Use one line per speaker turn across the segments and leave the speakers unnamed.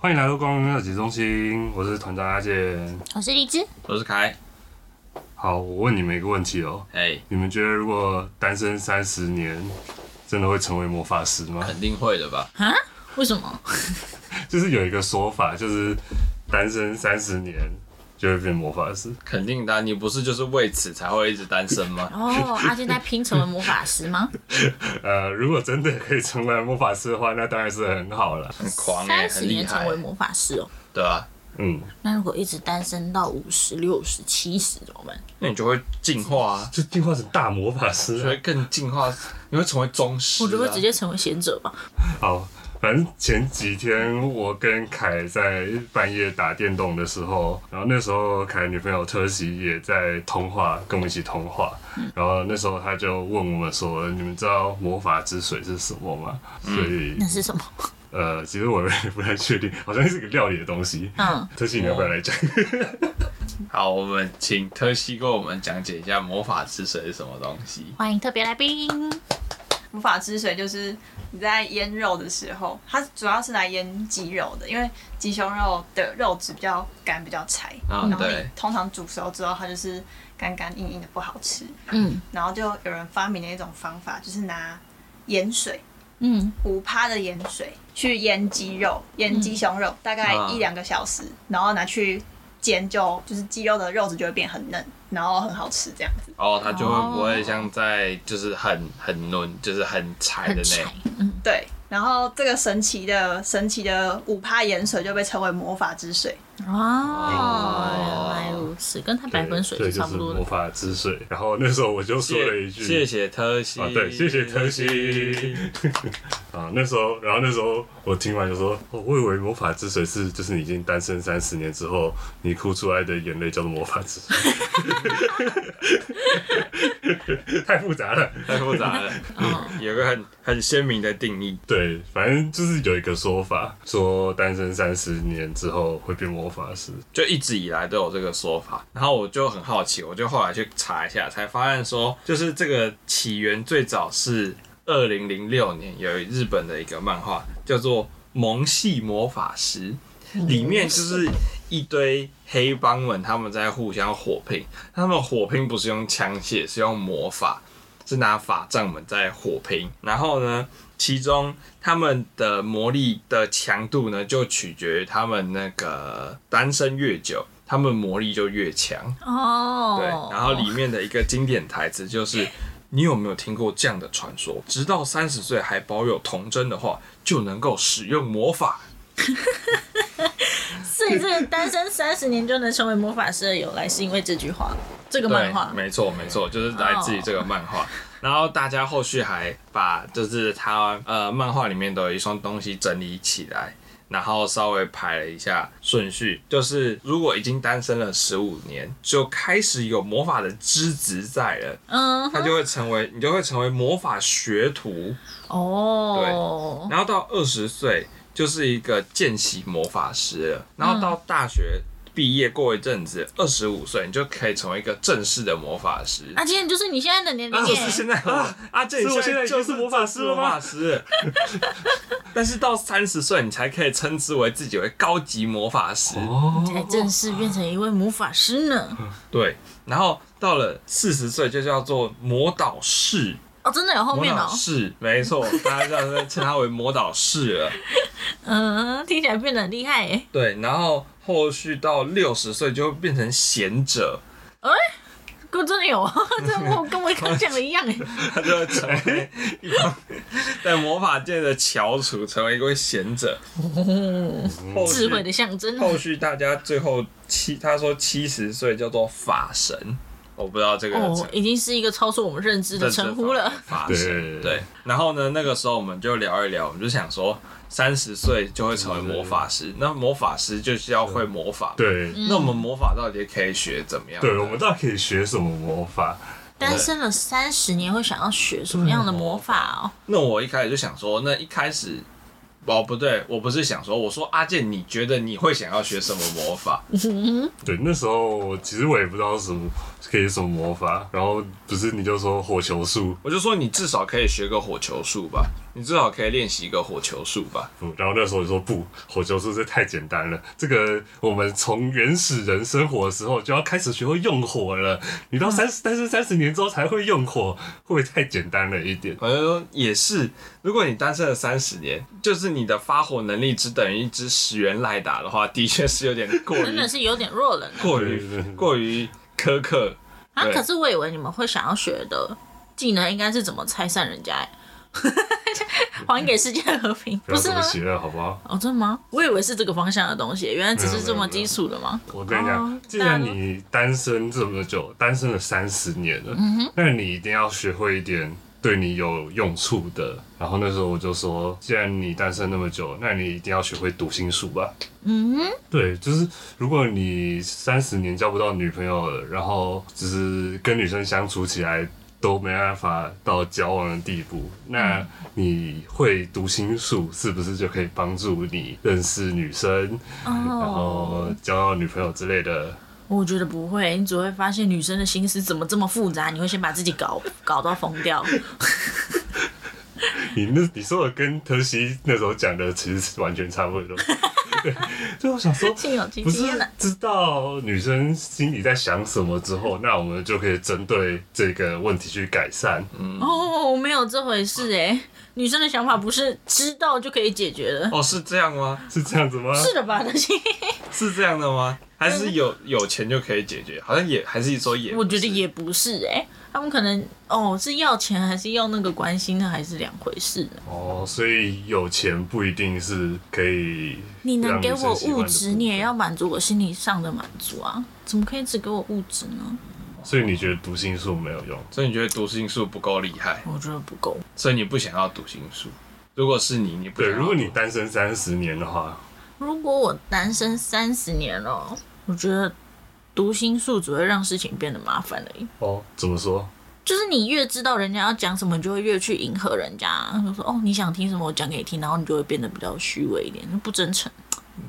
欢迎来到光明的集中心，我是团长阿健。
我是荔枝，
我是凯，
好，我问你们一个问题哦，
哎，
你们觉得如果单身三十年，真的会成为魔法师吗？
肯定会的吧？
为什么？
就是有一个说法，就是单身三十年就会变魔法师。
肯定的啊，你不是就是为此才会一直单身吗？
哦，阿健在拼成为魔法师吗？
呃，如果真的可以成为魔法师的话，那当然是很好了。
很狂 哎、
三十
很厉
年成
害
为，魔法师哦。
对啊，
嗯，
那如果一直单身到五十六、十七十怎么办？
那你就会进化啊，
就进化成大魔法师
你
啊、
就会更进化，你会成为宗师、啊，
我就会直接成为贤者吧。
好，反正前几天我跟凯在半夜打电动的时候，然后那时候凯女朋友特喜也在通话，跟我们一起通话。
嗯
然后那时候他就问我们说：“你们知道魔法之水是什么吗？”所以
嗯那是什么？
呃，其实我也不太确定，好像是个料理的东西。
嗯，哦
特喜，你要不要来讲？
好，我们请特西跟我们讲解一下魔法之水是什么东西。
欢迎特别来宾。
魔法之水就是你在腌肉的时候，它主要是来腌鸡肉的，因为鸡胸肉的肉质比较干，比较柴，
啊
然后你
对
通常煮熟之后，它就是干干硬硬的，不好吃。
嗯
然后就有人发明了一种方法，就是拿盐水
嗯，
五趴的盐水去腌鸡肉，腌鸡胸肉，大概
啊
一两个小时，然后拿去煎就就是鸡肉的肉质就会变很嫩，然后很好吃这样子。
哦，它就会不
哦
会像在就是很很嫩，就是很柴的
很
那
柴
种。。
嗯，
对，然后这个神奇的神奇的五趴盐水就被称为魔法之水。
哦，原来如此，跟它白粉 水
对，
是
就
差
是
不多
魔
的。
法之水。然后那时候我就说了一句：“
谢谢特西、
啊，对，谢谢特西。啊，那时候，然后那时候我听完就说，哦，我以为魔法之水是就是你已经单身三十年之后，你哭出来的眼泪叫做魔法之水， 太复杂了。
太复杂 了，
哦
有个很很鲜明的定义。
对，反正就是有一个说法，说单身三十年之后会变魔法师。
就一直以来都有这个说法，然后我就很好奇，我就后来去查一下，才发现说，就是这个起源最早是二零零六年有日本的一个漫画叫做《萌系魔法师》，里面就是一堆黑帮们他们在互相火拼，他们火拼不是用枪械，是用魔法，是拿法杖们在火拼，然后呢，其中他们的魔力的强度呢，就取决于他们那个单身越久，他们魔力就越强。
哦，
对，然后里面的一个经典台词就是：“你有没有听过这样的传说？直到三十岁还保有童真的话，就能够使用魔法。
所以这个单身三十年就能成为魔法师的由来，是因为这句话，这”个漫
对
画，。哦
没错，没错，就是来自于这个漫画。然后大家后续还把就是他呃漫画里面的一双东西整理起来，然后稍微排了一下顺序，就是如果已经单身了十五年，就开始有魔法的资质在了，
嗯
他
哼，
就会成为你就会成为魔法学徒，
哦，
然后到二十岁就是一个见习魔法师了，然后到大学。毕业过一阵子，二十五岁你就可以成为一个正式的魔法师。
啊，今天就是你现在的年龄
就
耶
是现在啊啊，这
所以我现在已经
就是
魔法师了
魔
吗
法师，但是到三十岁你才可以称之为自己为高级魔法师。
才正式变成一位魔法师呢。
对，然后到了四十岁就叫做魔导士。
哦，真的有后
魔
面
导
哦，
士，没错，大家叫称他为魔导士了。
嗯，听起来变得很厉害耶。
对，然后后续到六十岁就会变成贤者，
哥真的有啊， 这我跟我刚讲的一样哎。
他就会成为一方在魔法界的翘楚，成为一位贤者。后续
智慧的象征。
后续大家最后七，他说七十岁叫做法神，我不知道这个
哦，已经是一个超出我们认知的称呼了。
法神
对
对。然后呢，那个时候我们就聊一聊，我们就想说，三十岁就会成为魔法师，那魔法师就是要会魔法。，
嗯对，
那我们魔法到底可以学怎么样？
对，我们到底可以学什么魔法？
单身了三十年，会想要学什么样的魔法哦？
那我一开始就想说，那一开始。哦，不对，我不是想说，我说啊阿健，你觉得你会想要学什么魔法？
对，那时候其实我也不知道什么可以什么魔法，然后不是你就说火球术，
我就说你至少可以学个火球术吧，你至少可以练习一个火球术吧。
嗯，然后那时候我就说不，火球术这太简单了，这个我们从原始人生活的时候就要开始学会用火了，你
嗯
到三十、但是三十年之后才会用火，会不会太简单了一点？
我就说也是，如果你单身了三十年，就是你的发火能力只等于一支十元赖打的话，的确是有点过
真
于
的是有点弱了呢。
过
对对对
于过于苛刻。
啊，
对
可是我以为你们会想要学的技能应该是怎么拆散人家、欸， 还给世界和平，
不
不
要
是啊
这么
吗？
邪恶好不好？
哦，真的吗？我以为是这个方向的东西，原来只是这么基础的吗？
我跟你讲
哦，
既然你单身这么久，单身了三十年了，
嗯
那你一定要学会一点对你有用处的。然后那时候我就说，既然你单身那么久，那你一定要学会读心术吧。
嗯，
对，就是如果你三十年交不到女朋友了，然后只是跟女生相处起来都没办法到交往的地步，那你会读心术是不是就可以帮助你认识女生，然后
哦，
交到女朋友之类的？
我觉得不会，你只会发现女生的心思怎么这么复杂，你会先把自己搞搞到疯掉。
你那你说的跟特西那时候讲的其实是完全差不多。对，所以我想说，
心有戚
不是
戚焉啊
知道女生心里在想什么之后，那我们就可以针对这个问题去改善。
哦，没有这回事哎、女生的想法不是知道就可以解决的，
哦，是这样吗？
是这样子吗？
是的吧？那些
是这样的吗？还是有有钱就可以解决？好像也还是说也不
我
是，
觉得也不是哎、他们可能哦是要钱还是要那个关心，那还是两回事呢。
哦，所以有钱不一定是可以。
你能给我物质，你也。要满足我心理上的满足啊！怎么可以只给我物质呢？
所以你觉得读心术没有用？
所以你觉得读心术不够厉害，
我觉得不够。
所以你不想要读心术。如果是你，你不
对，
想要
如果你单身三十年的话，
如果我单身三十年了，我觉得读心术只会让事情变得麻烦而已。
哦，怎么说？
就是你越知道人家要讲什么，你就会越去迎合人家。就说哦，你想听什么，我讲给你听，然后你就会变得比较虚伪一点，就不真诚。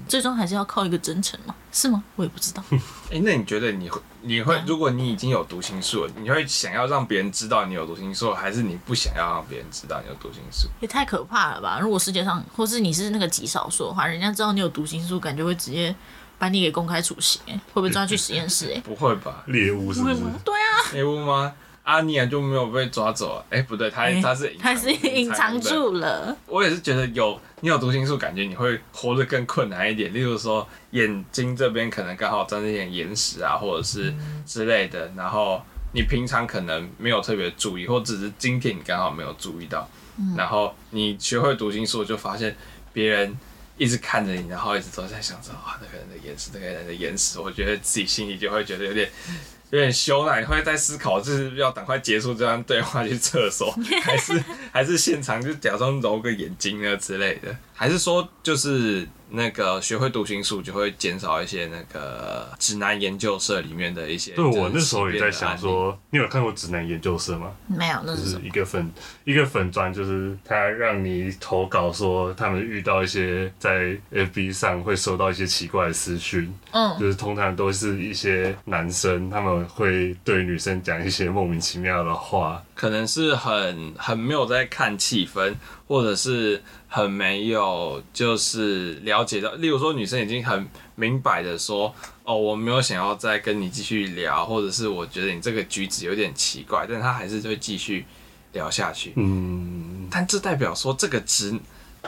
最终还是要靠一个真诚嘛，是吗？我也不 知道。
哎、那你觉得你会你会，如果你已经有读心术了，你会想要让别人知道你有读心术，还是你不想要让别人知道你有读心术？
也太可怕了吧！如果世界上，或是你是那个极少数的话，人家知道你有读心术，感觉会直接把你给公开处刑、欸，会不会抓去实验室、 欸？
不会吧？
猎物是不是？
对啊，
黑屋吗？阿尼亚就没有被抓走啊？哎、不对，他、他是
他是隐藏
的。
住了，
我也是觉得有你有读心术，感觉你会活得更困难一点。例如说眼睛这边可能刚好沾了一点眼屎啊，或者是
嗯
之类的，然后你平常可能没有特别注意，或只是今天你刚好没有注意到，然后你学会读心术，就发现别人。一直看着你，然后一直都在想着啊，那个人的眼屎，那个人的眼屎，我觉得自己心里就会觉得有点 有点羞赧，会在思考，就是要赶快结束这段对话去厕所，还是 还是现场就假装揉个眼睛啊之类的，还是说就是那个学会读心术就会减少一些那个指南研究社里面的一些
对，
就是
我那时候也在想
奇变的案例，
说，你有看过《指南研究社》吗？
没有，那
就是
什
是
么？
一个粉一个粉砖，就是他让你投稿说他们遇到一些在 FB 上会收到一些奇怪的私讯，
嗯，
就是通常都是一些男生他们会对女生讲一些莫名其妙的话，
可能是很很没有在看气氛，或者是很没有就是了解到，例如说女生已经很明摆的说，哦，我没有想要再跟你继续聊，或者是我觉得你这个举止有点奇怪，但她还是会继续聊下去。
嗯，
但这代表说这个直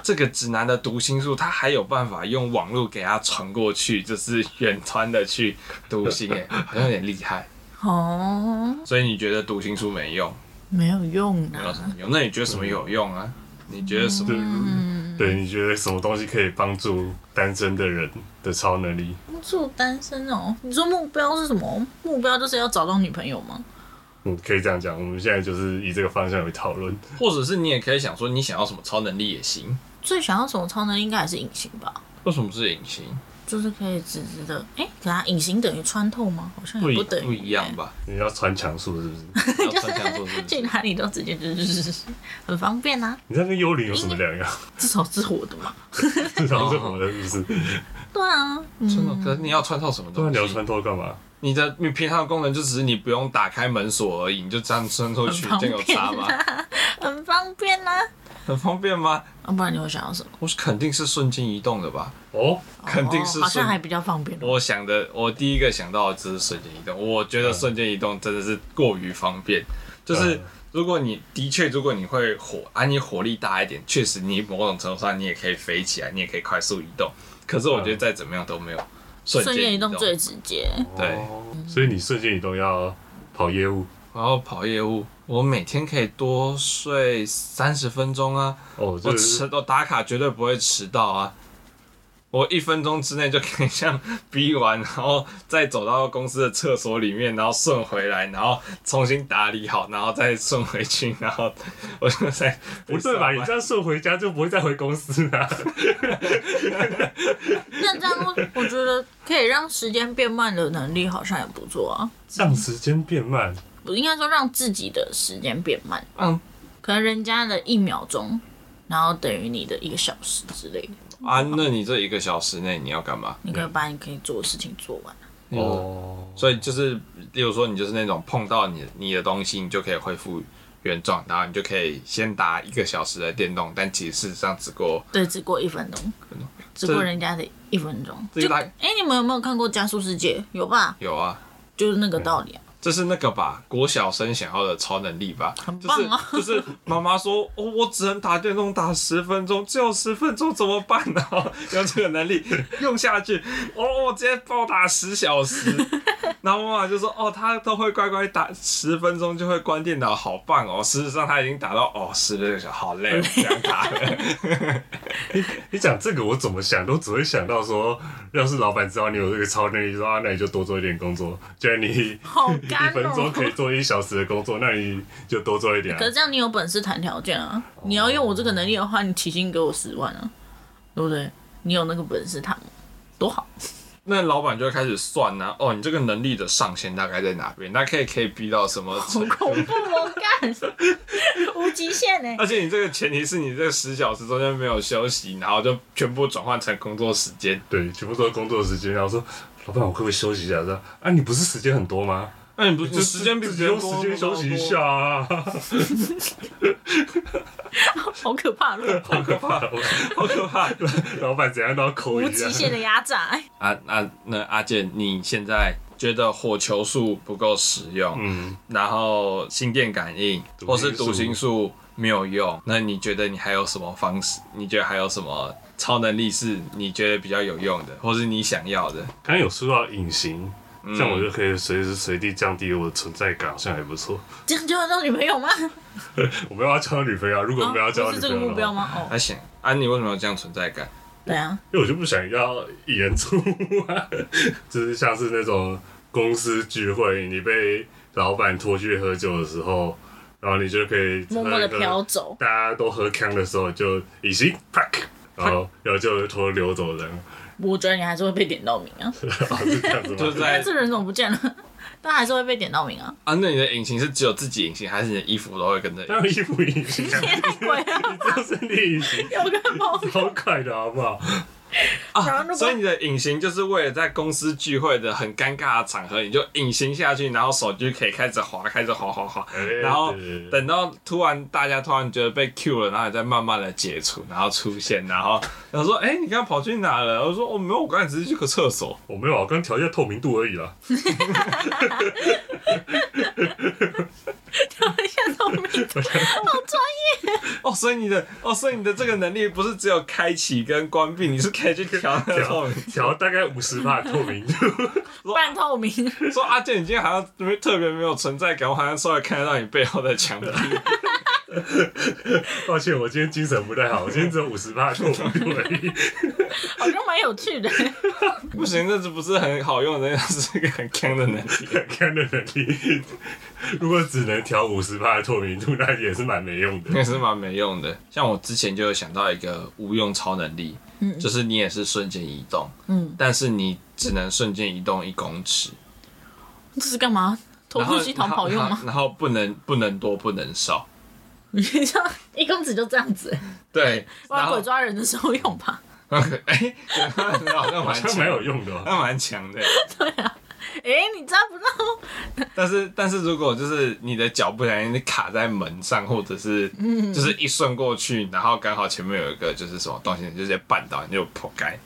这个直男的读心术，他还有办法用网络给他传过去，就是远端的去读心，哎，好像有点厉害。
哦，
所以你觉得读心术没用，
没有用
没有
啊
什。么用？那你觉得什么有用啊？你觉得什么？
嗯，
对，你觉得什么东西可以帮助单身的人的超能力？
做单身哦。你说目标是什么？目标就是要找到女朋友吗？
嗯，可以这样讲，我们现在就是以这个方向为讨论。
或者是你也可以想说，你想要什么超能力也行。
最想要什么超能力应该还是隐形吧，
为什么是隐形？
就是可以直直的。哎、可它隐形等于穿透吗？好像
不
也
一
等于、
不一样吧？
你要穿墙术是不是？
你要穿墙做是不
去
是？
哪里都直接就是很方便呐、
你那跟幽灵有什么两样？
至少是活的嘛。
至少是我的，是不是？
对啊，嗯，
真的？可是你要穿透什么
不然啊
东
你要
西？
穿透干嘛？
你的你平常的功能就只是你不用打开门锁而已，你就这样伸出去
很，方
这
便
样有差吗？
很方便呐、
很方便吗？
啊，不然你会想要什么？
我是肯定是瞬间移动的吧，
哦，
肯定是
哦好像
瞬。
还比较方便。
我想的，我第一个想到的就是瞬间移动。我觉得瞬间移动真的是过于方便，就是
嗯
如果你的确，如果你会火啊，你火力大一点，确实你某种程度上你也可以飞起来，你也可以快速移动。可是我觉得再怎么样都没有瞬
瞬
间
间
移
移
动
动。最直接，
对
哦，所以你瞬间移动要跑业务
然后跑业务，我每天可以多睡三十分钟啊，
哦，
我
就是
迟我打卡绝对不会迟到啊！我一分钟之内就可以像逼完，然后再走到公司的厕所里面，然后顺回来，然后重新打理好，然后再顺回去，然后我就在
不对吧？你这样顺回家就不会再回公司 啦、
那这样我我觉得可以让时间变慢的能力好像也不错啊。
让时间变慢，
不应该说让自己的时间变慢，
嗯
可能人家的一秒钟，然后等于你的一个小时之类的，
啊，那你这一个小时内你要干嘛？
你可以把你可以做的事情做完。啊
嗯
哦，
所以就是，例如说你就是那种碰到你你的东西，你就可以恢复原状，然后你就可以先打一个小时的电动，但其实事实上只过
嗯
对，只过一分钟，只
这
过人家的一分钟。
这
就
大
哎、你们有没有看过《加速世界》？有吧？
有啊，
就是那个道理啊。
嗯
这是那个吧，国小生想要的超能力吧？
很棒啊
就是就是妈妈说，哦，我只能打电动打十分钟，只有十分钟怎么办呢、 用这个能力用下去，哦，我直接暴打十小时。 然后妈妈就说，哦，她都会乖乖打十分钟就会关电脑，好棒哦。事实上她已经打到哦十六个小时，好累， 我不想打了。
你讲这个我怎么想都只会想到说，要是老板知道你有这个超能力，说啊，那你就多做一点工作，既 然你。
好
一
干
分钟
哦、
可以做一小时的工作，那你就多做一点、啊
可。是这样你有本事谈条件啊！你要用我这个能力的话，你起薪给我十万啊，对不对？你有那个本事谈吗，多 好。
那老板就会开始算呢、哦，你这个能力的上限大概在哪边？那可以可以逼到什么程度？
恐怖，我干，无极限呢、欸
而且你这个前提是你这十小时中间没有休息，然后就全部转换成工作时间。
对，全部都是工作时间。然后说，老板，我可不可以休息一下？他说啊，你不是时间很多吗？
那、你不
就自己用时间休息一下？啊，
好可怕 的，
好可怕！ 哦
好可怕
老板怎样都要抠
无
一下
极。限的压榨、哎
啊！那那阿健，你现在觉得火球术不够实用，
嗯，
然后心电感应
读心术
或是读心术没有用，那你觉得你还有什么方式？你觉得还有什么超能力是你觉得比较有用的，或是你想要的？
刚刚有说到隐形，
嗯
这样我就可以随时随地降低我的存在感，好像还不错。
这样就要当女朋友吗？
我没有要交到女朋友啊，如果
啊
没有要交到
不
女
是
朋
这
友
个目
的
标
话，
吗？哦，
阿显，啊，你为什么有这样存在感？
对啊，
因为我就不想要一人出啊， 就是像是那种公司聚会，你被老板拖去喝酒的时候，然后你就可以
默默的
喝一喝
飘走，
大家都喝康的时候就隐形啪，然后然后就偷偷溜走人，
我觉得你还是会被点到名啊。
然后是这样子
就
吗
是？在
但这人怎么不见了？但还是会被点到名啊！
啊，那你的隐形是只有自己隐形，还是你的衣服都会跟着？
当然衣服隐形啊，
也太鬼了，
你这样是你隐形，
有个猫。
好快的好不好？
然后如果
啊所以你的隐形就是为了在公司聚会的很尴尬的场合，你就隐形下去，然后手机可以开始滑，开始滑滑滑，
哎
然后
对对对
等到突然大家突然觉得被 Q 了，然后你再慢慢的解除，然后出现，然后 然后说，哎、你刚刚跑去哪了？我说，我、哦、没有，我刚才只是去个厕所。
我没有啊，我刚调一下透明度而已啦。
看到名，
哦，所以你的哦，所以你的这个能力不是只有开启跟关闭，你是可以去调那个 透
调
明。
调大概五十帕透明度，
半透明，
说阿健，你今天好像没特别没有存在感，我好像稍微看得到你背后的墙壁。
抱歉，我今天精神不太好，我今天只有五十帕透明度而已。
好像蛮有趣的。
不行，这只不是很好用的，那是一个很坑的能力。
看的能力，如果只能调五十帕透明度，那也是蛮没用 的。
也是蛮没用的。像我之前就有想到一个无用超能力，
嗯
就是你也是瞬间移动，
嗯，
但是你只能瞬间移动一公尺，
这是干嘛？投
然后
腹肌逃跑用
然
吗
后？然后不能不能多不能少，
你这样一公子就这样子，
对，然
玩
后
鬼抓人的时候用吧。
哎，好像
好
蛮
像
强
蛮有，用的、哦。
那蛮强的。对啊。
哎、你知道不知道？
但是但是如果就是你的脚不小心卡在门上，或者是
嗯
就是一顺过去，然后刚好前面有一个就是什么东西，你就直接绊倒，你就破盖，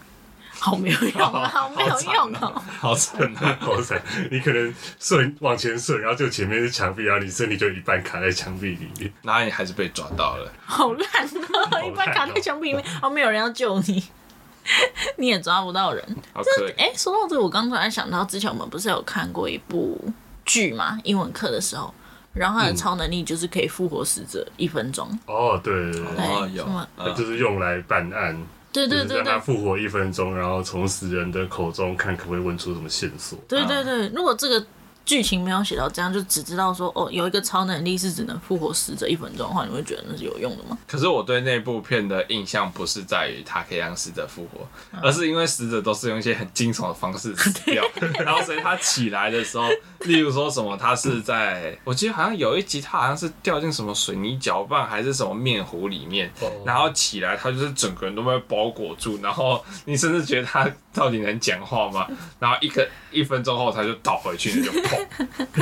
好没有用 啊，好没有用哦、
好惨啊！
好惨！你可能顺往前顺，然后就前面是墙壁，然后你身体就一半卡在墙壁里面。
然后你还是被抓到了，
好烂啊！一般卡在墙壁里面，哦，没有人要救你， 你也抓不到人。
好可怜。
哎、说到这个，我刚突然想到，之前我们不是有看过一部剧嘛，英文课的时候，然后他的超能力就是可以复活死者一分钟。
哦，对对
嗯
对，
哦
对
有
什么
嗯
就是用来办案，
对对
就是
对
让他
对。
复活一分钟，然后从死人的口中看可不可以问出什么线索。
对对对，如果这个剧情没有写到这样，就只知道说哦，有一个超能力是只能复活死者一分钟的话，你会觉得那是有用的吗？
可是我对那部片的印象不是在于它可以让死者复活，
嗯
而是因为死者都是用一些很惊悚的方式死掉， 然后所以他起来的时候，例如说什么他是在，我记得好像有一集他好像是掉进什么水泥搅拌还是什么面糊里面，
哦
然后起来他就是整个人都被包裹住，然后你甚至觉得他到底能讲话 吗？然后一个一分钟后他就倒回去，那就砰，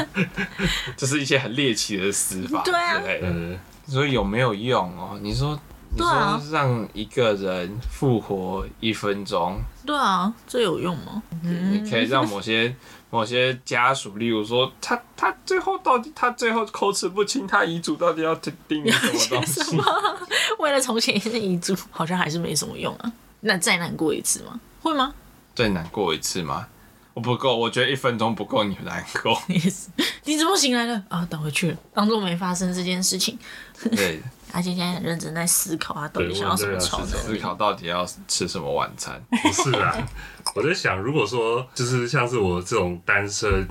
就是一些很猎奇的死法之
对啊
类的。
呃，
你说有没有用哦？你说，你
对啊
说让一个人复活一分钟，
对啊，这有用 吗？
你可以让 某些某些家属，例如说，他他最后到底他最后口齿不清，他遗嘱到底要定定什么东 西？
为了重写一次遗嘱，好像还是没什么用啊。那再难过一次吗？会吗？
最难过一次吗？我不够，我觉得一分钟不够，你难 过。
也是，你怎么醒来了？啊，倒回去了，当做没发生这件事情。
对，
而且现在很认真在思考，他到底想要
啊
什么超能
思
力？
考到底要吃什么晚餐。
不是啦，我在想，如果说就是像是我这种单身。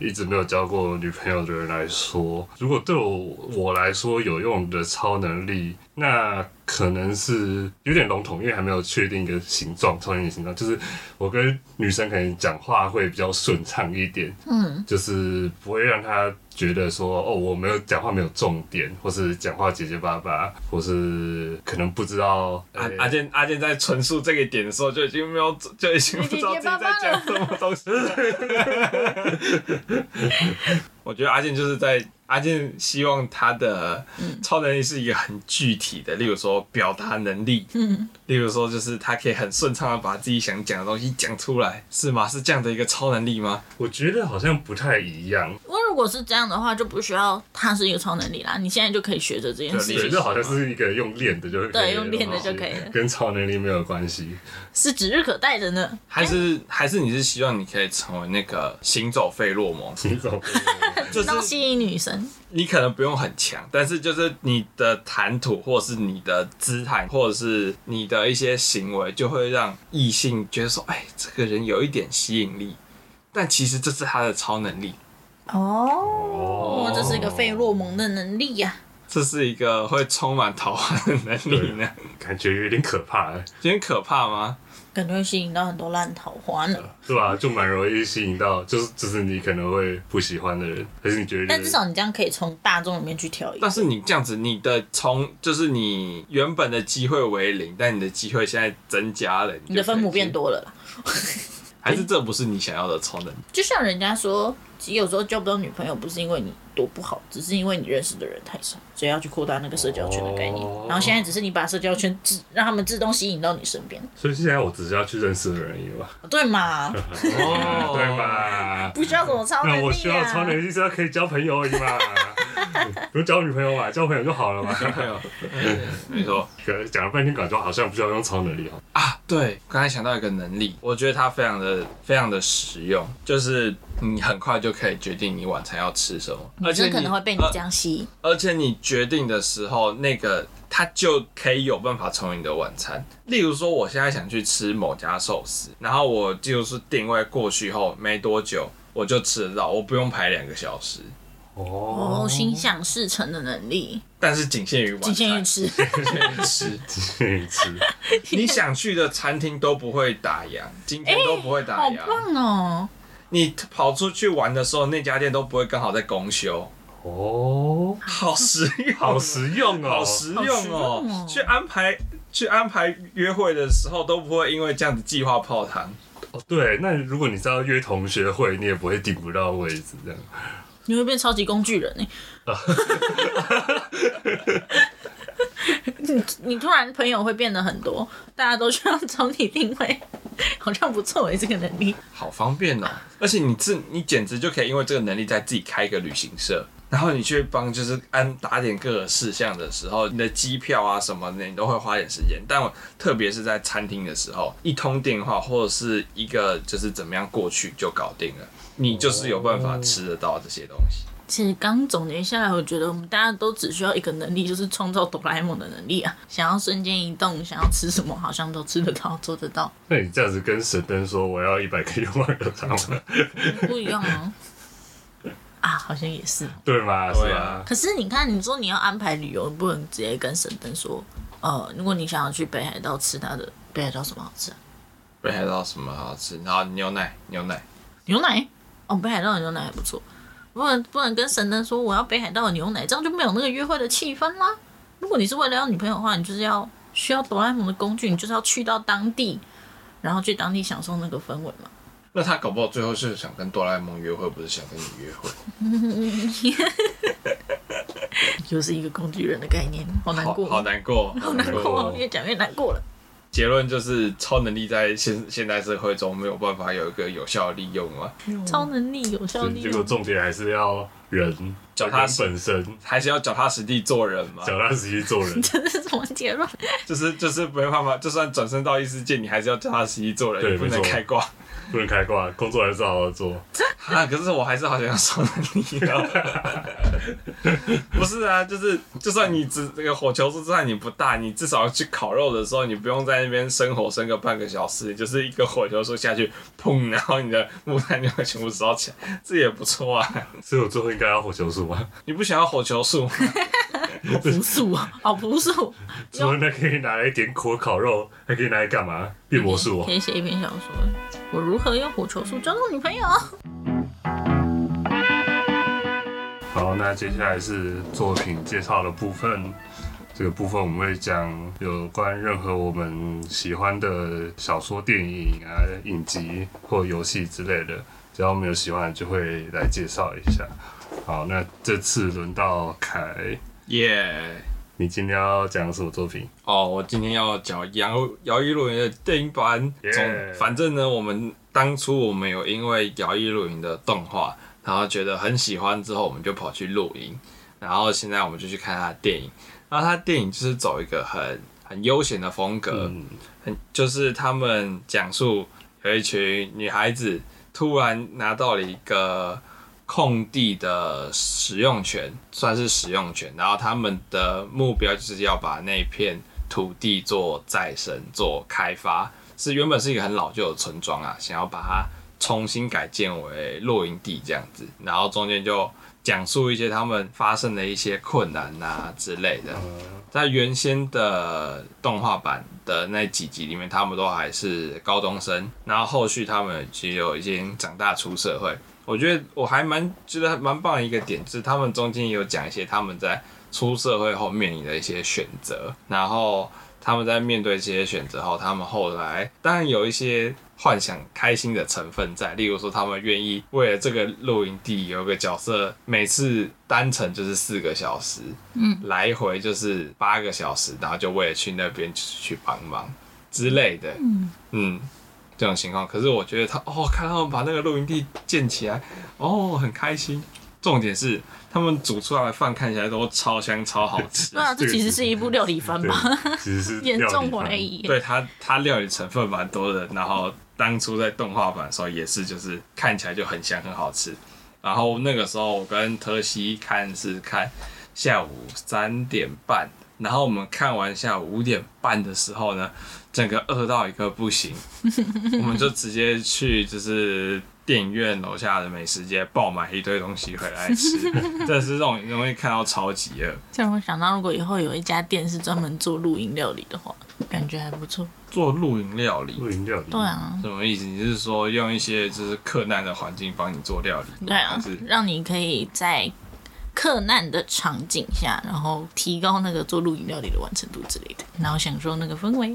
一直没有交过女朋友的人来说，如果对我我来说有用的超能力，那可能是有点笼统，因为还没有确定一个形状，超能力的形状就是我跟女生可能讲话会比较顺畅一点，
嗯，
就是不会让他觉得说哦，我没有讲话没有重点，或是讲话结结巴巴，或是可能不知道。
阿
呃
阿健阿健在陈述这个点的时候，就已经没有就已经不知道自己在讲什么东西 了。我觉得阿健就是在阿健希望他的超能力是一个很具体的，例如说表达能力，
嗯，
例如说就是他可以很顺畅的把自己想讲的东西讲出来，是吗？是这样的一个超能力吗？
我觉得好像不太一样，
因为如果是这样的话，就不需要他是一个超能力啦，你现在就可以学着这件事
对
对，
情，
这好像是一个用练的就可以
对
了
用练的就可以了
跟超能力没有关系。
是指日可待的呢。
还是还是你是希望你可以成为那个行走费洛蒙，
你 走，
就是
到吸引女神，
你可能不用很强，但是就是你的谈吐，或是你的姿态，或者是你的一些行为，就会让异性觉得说，哎，这个人有一点吸引力。但其实这是他的超能力，
哦，
哦
这是一个费洛蒙的能力呀、
这是一个会充满桃花的能力呢，
感觉有点可怕，
有点可怕吗？
感觉会吸引到很多烂桃花呢。
是吧？就蛮容易吸引到，就是就是你可能会不喜欢的人，还是你觉得？
但至少你这样可以从大众里面去挑一个
但。是你这样子，你的从就是你原本的机会为零，但你的机会现在增加了，
你的分母变，多了啦，
还是这不是你想要的超能力？
就像人家说，其实有时候交不到女朋友，不是因为你多不好，只是因为你认识的人太少，所以要去扩大那个社交圈的概念。
哦
然后现在只是你把社交圈自让他们自动吸引到你身边，
所以现在我只是要去认识的人而已嘛，
对嘛？
哦
对？吧？
不需要什么超能
那
力、啊、
我需要超能力是要可以交朋友而已嘛，不用交女朋友嘛，交朋友就好了嘛。
没有，
嗯
没错。
可能讲了半天，感觉好像不需要用超能力哦。
啊，对，刚才想到一个能力，我觉得它非常的非常的实用，就是你很快就可以决定你晚餐要吃什么，而
女
且呃
生可能会被你
而
这样吸引。
而且你决定的时候，那个它就可以有办法成为你的晚餐。例如说，我现在想去吃某家寿司，然后我就是定位过去后没多久。我就吃得到，我不用排两个小时，
哦
哦，心想事成的能力，
但是仅限于晚
仅
餐，
限于吃。
仅限于 吃。
吃吃，
你想去的餐厅都不会打烊，今天都不会打
哎好
烊。
棒哦！
你跑出去玩的时候，那家店都不会刚好在公休，
哦，
好实用，
好实用哦，
好实用
好
哦
实用哦
去安排去安排约会的时候，都不会因为这样子计划泡汤。
哦，对，那如果你是要约同学会，你也不会订不到位置这样。
你会变超级工具人哎、 你你突然朋友会变得很多，大家都需要找你定位，好像不错哎、这个能力。
好方便哦！而且你自你简直就可以因为这个能力再自己开一个旅行社，然后你去帮就是安打点各个事项的时候，你的机票啊什么的，你都会花点时间。但我特别是在餐厅的时候，一通电话或者是一个就是怎么样过去就搞定了，你就是有办法吃得到这些东西。
其实刚总结下来，我觉得我们大家都只需要一个能力，就是创造哆啦 A 梦的能力啊！想要瞬间移动，想要吃什么，好像都吃得到、做得到，
那你这样子跟神灯说我要一百个愿望有他吗？
不一样啊！啊，好像也是。
对吗？是
对
吧
啊？
可是你看，你说你要安排旅游，你不能直接跟神灯说，呃，如果你想要去北海道吃它的北海道什么好吃啊、
北海道什么好吃？然后牛奶，牛奶，
牛奶哦，北海道的牛奶还不错。不能不能跟神灯说我要北海道的牛奶，这样就没有那个约会的气氛啦。如果你是为了要女朋友的话，你就是要需要哆啦 A 梦的工具，你就是要去到当地，然后去当地享受那个氛围嘛。
那他搞不好最后是想跟哆啦 A 梦约会，不是想跟你约会。
又是一个工具人的概念，好难
好
过，
好难过，好
难过
过
越讲越难过了。
结论就是，超能力在现现代社会中没有办法有一个有效的利用啊，
超能力有效
对
利
结果
用，
重点还是要人，
脚
脚
踏
踏
实
本身，
还是要脚踏实地做人嘛。
脚踏实地做人。
这是什么结论？
就是就是没办法，就算转身到异世界，你还是要脚踏实地做人，
对
你不能
没错
开挂
不能开挂，工作还是好好做。
啊。可是我还是好想要超能力啊。 不是啊，就是就算你只这个火球术，就算你不大，你至少去烤肉的时候，你不用在那边生火生个半个小时，你就是一个火球术下去，砰，然后你的木炭就会全部烧起来，这也不错啊。
所以我最后应该要火球术吧？
你不想要火球术吗？
好朴素啊， 好朴素。
除了那可以拿来点火烤肉，还可以拿来干嘛？变魔术
可
哦。
以写一篇小说，我如何用火球术抓住女朋友？
好，那接下来是作品介绍的部分。这个部分我们会讲有关任何我们喜欢的小说、电影啊、影集或游戏之类的，只要我们有喜欢的就会来介绍一下。好，那这次轮到凯，
耶、
你今天要讲什么作品？
哦，我今天要讲《摇摇曳露营》的电影版。
Yeah
从反正呢，我们当初我们有因为《摇曳露营》的动画，然后觉得很喜欢，之后我们就跑去露营，然后现在我们就去看他的电影。然后他的电影就是走一个很很悠闲的风格，
嗯，
很就是他们讲述有一群女孩子突然拿到了一个空地的使用权，算是使用权，然后他们的目标就是要把那片土地做再生、做开发，是原本是一个很老旧的村庄啊，想要把它重新改建为露营地这样子，然后中间就。讲述一些他们发生的一些困难啊之类的，在原先的动画版的那几集里面，他们都还是高中生，然后后续他们其实有已经长大出社会。我觉得我还蛮觉得蛮棒的一个点，就是他们中间有讲一些他们在出社会后面临的一些选择，然后他们在面对这些选择后，他们后来当然有一些幻想、开心的成分在，例如说他们愿意为了这个露营地有个角色，每次单程就是四个小时，嗯，来回就是八个小时，然后就为了去那边去去帮忙之类的，嗯这种情况。可是我觉得他哦，看他们把那个露营地建起来，哦，很开心。重点是他们煮出来的饭看起来都超香超好吃，
对啊，这其实是一部料理番
对
吧，，
其实是
严
料理
重
番
怀。疑。
对它它料理成分蛮多的，然后当初在动画版的时候也是，就是看起来就很香很好吃。然后那个时候我跟特西看是看下午三点半，然后我们看完下午五点半的时候呢，整个饿到一个不行，我们就直接去就是电影院楼下的美食街爆买一堆东西回来吃，这是这种容易看到超级饿。
这让我想到，如果以后有一家店是专门做露营料理的话，感觉还不错。
做露营料理，
露营料理。
对啊，
什么意思？你是说用一些就是克难的环境帮你做料理？
对啊
还是，
让你可以在克难的场景下，然后提高那个做露营料理的完成度之类的，然后享受那个氛围。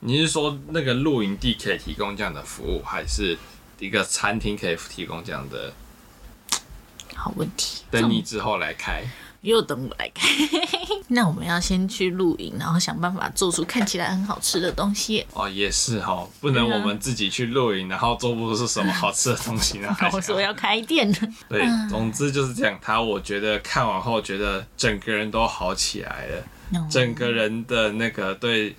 你是说那个露营地可以提供这样的服务，还是一个餐厅可以提供这样的？
好问题，
等你之后来开。
又等我来开。 那我们要先去露营，然后想办法做出看起来很好吃的东西。
哦，也是哈，不能
对啊。
我们自己去露营，然后做不出什么好吃的东西呢
我说要嗯开店，
对，总之就是这样。他我觉得看完后，觉得整个人都好起来了，整个人的那个对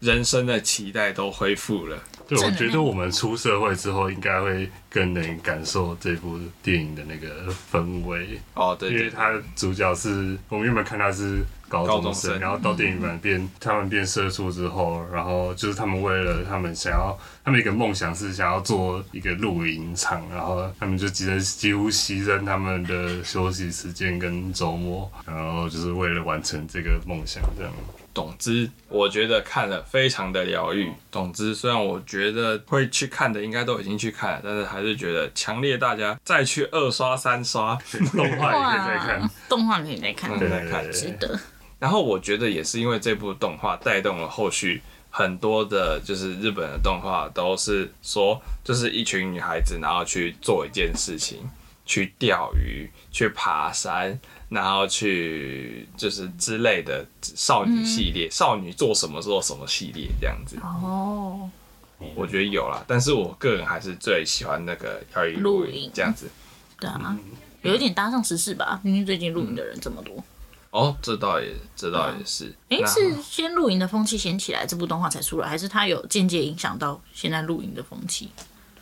人生的期待都恢复了。
对，
正
我
能
觉得
量
我们出社会之后，应该会更能感受这部电影的那个氛围，
哦，对
因为
对对，
他主角是我们原本看他是高
高
中
中
生，
生
然后到电影版变他们变社畜之后，然后就是他们为了他们想要他们一个梦想是想要做一个露营场，然后他们就几乎几乎牺牲他们的休息时间跟周末，然后就是为了完成这个梦想这样。
总之我觉得看了非常的疗愈。总之，虽然我觉得会去看的应该都已经去看了，但是还是觉得强烈大家再去二刷三刷。
动画也可以再看，
动画可以来看，
对
再看
对
值
对
得。
然后我觉得也是因为这部动画带动了后续很多的，就是日本的动画都是说，就是一群女孩子然后去做一件事情，去钓鱼、去爬山，然后去就是之类的少女系列，少女做什么做什么系列这样子，
哦，
我觉得有啦。但是我个人还是最喜欢那个要一
露
露
营
营这样子。
对啊，有一点搭上时事吧，因为最近露营的人这么多。
哦，这倒也，这倒也是。
啊诶，
那
是先露营的风气先起来，这部动画才出来，还是它有间接影响到现在露营的风气？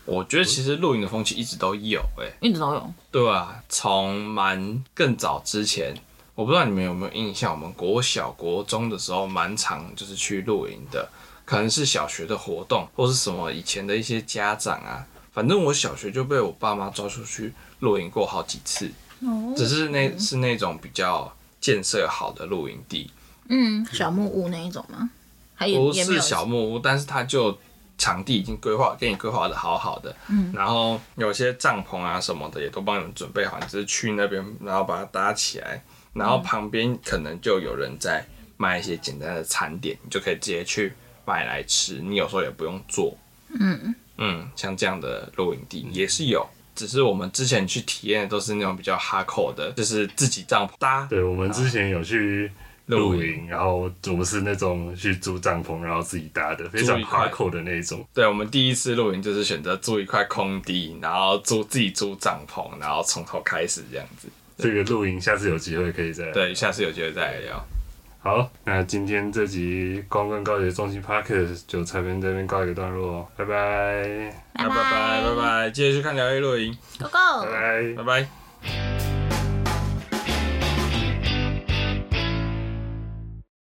我觉得其实露营的风气一直都有诶、欸
一直都有。
对啊，从蛮更早之前，我不知道你们有没有印象，我们国小、国中的时候蛮常就是去露营的，可能是小学的活动，或是什么以前的一些家长啊，反正我小学就被我爸妈抓出去露营过好几次，
哦
只是那是那种比较建设好的露营地，
嗯，小木屋那一种吗？还有
不
也没
是
有
小木屋，但是它就场地已经规划，给你规划的好好的，嗯，然后有些帐篷啊什么的也都帮你们准备好，你只是去那边，然后把它搭起来，
嗯
然后旁边可能就有人在卖一些简单的餐点，你就可以直接去买来吃，你有时候也不用做，嗯嗯，像这样的露营地也是有。只是我们之前去体验的都是那种比较哈扣的，就是自己帐篷搭
对，我们之前有去露
露
营，然后我们是那种去租帐篷，然后自己搭的，非
租
常
一块
哈扣的那种。
对，我们第一次露营就是选择租一块空地，然后租自己租帐篷，然后从头开始这样子。
这个露营下次有机会可以再。
对，下次有机会再来聊。
好，那今天这集《光棍告解中心 p a r k e 就差边这边告一个段落哦，拜拜，
那拜拜拜拜，记得去看聊一露营，
，Go Go。
拜拜
拜。拜。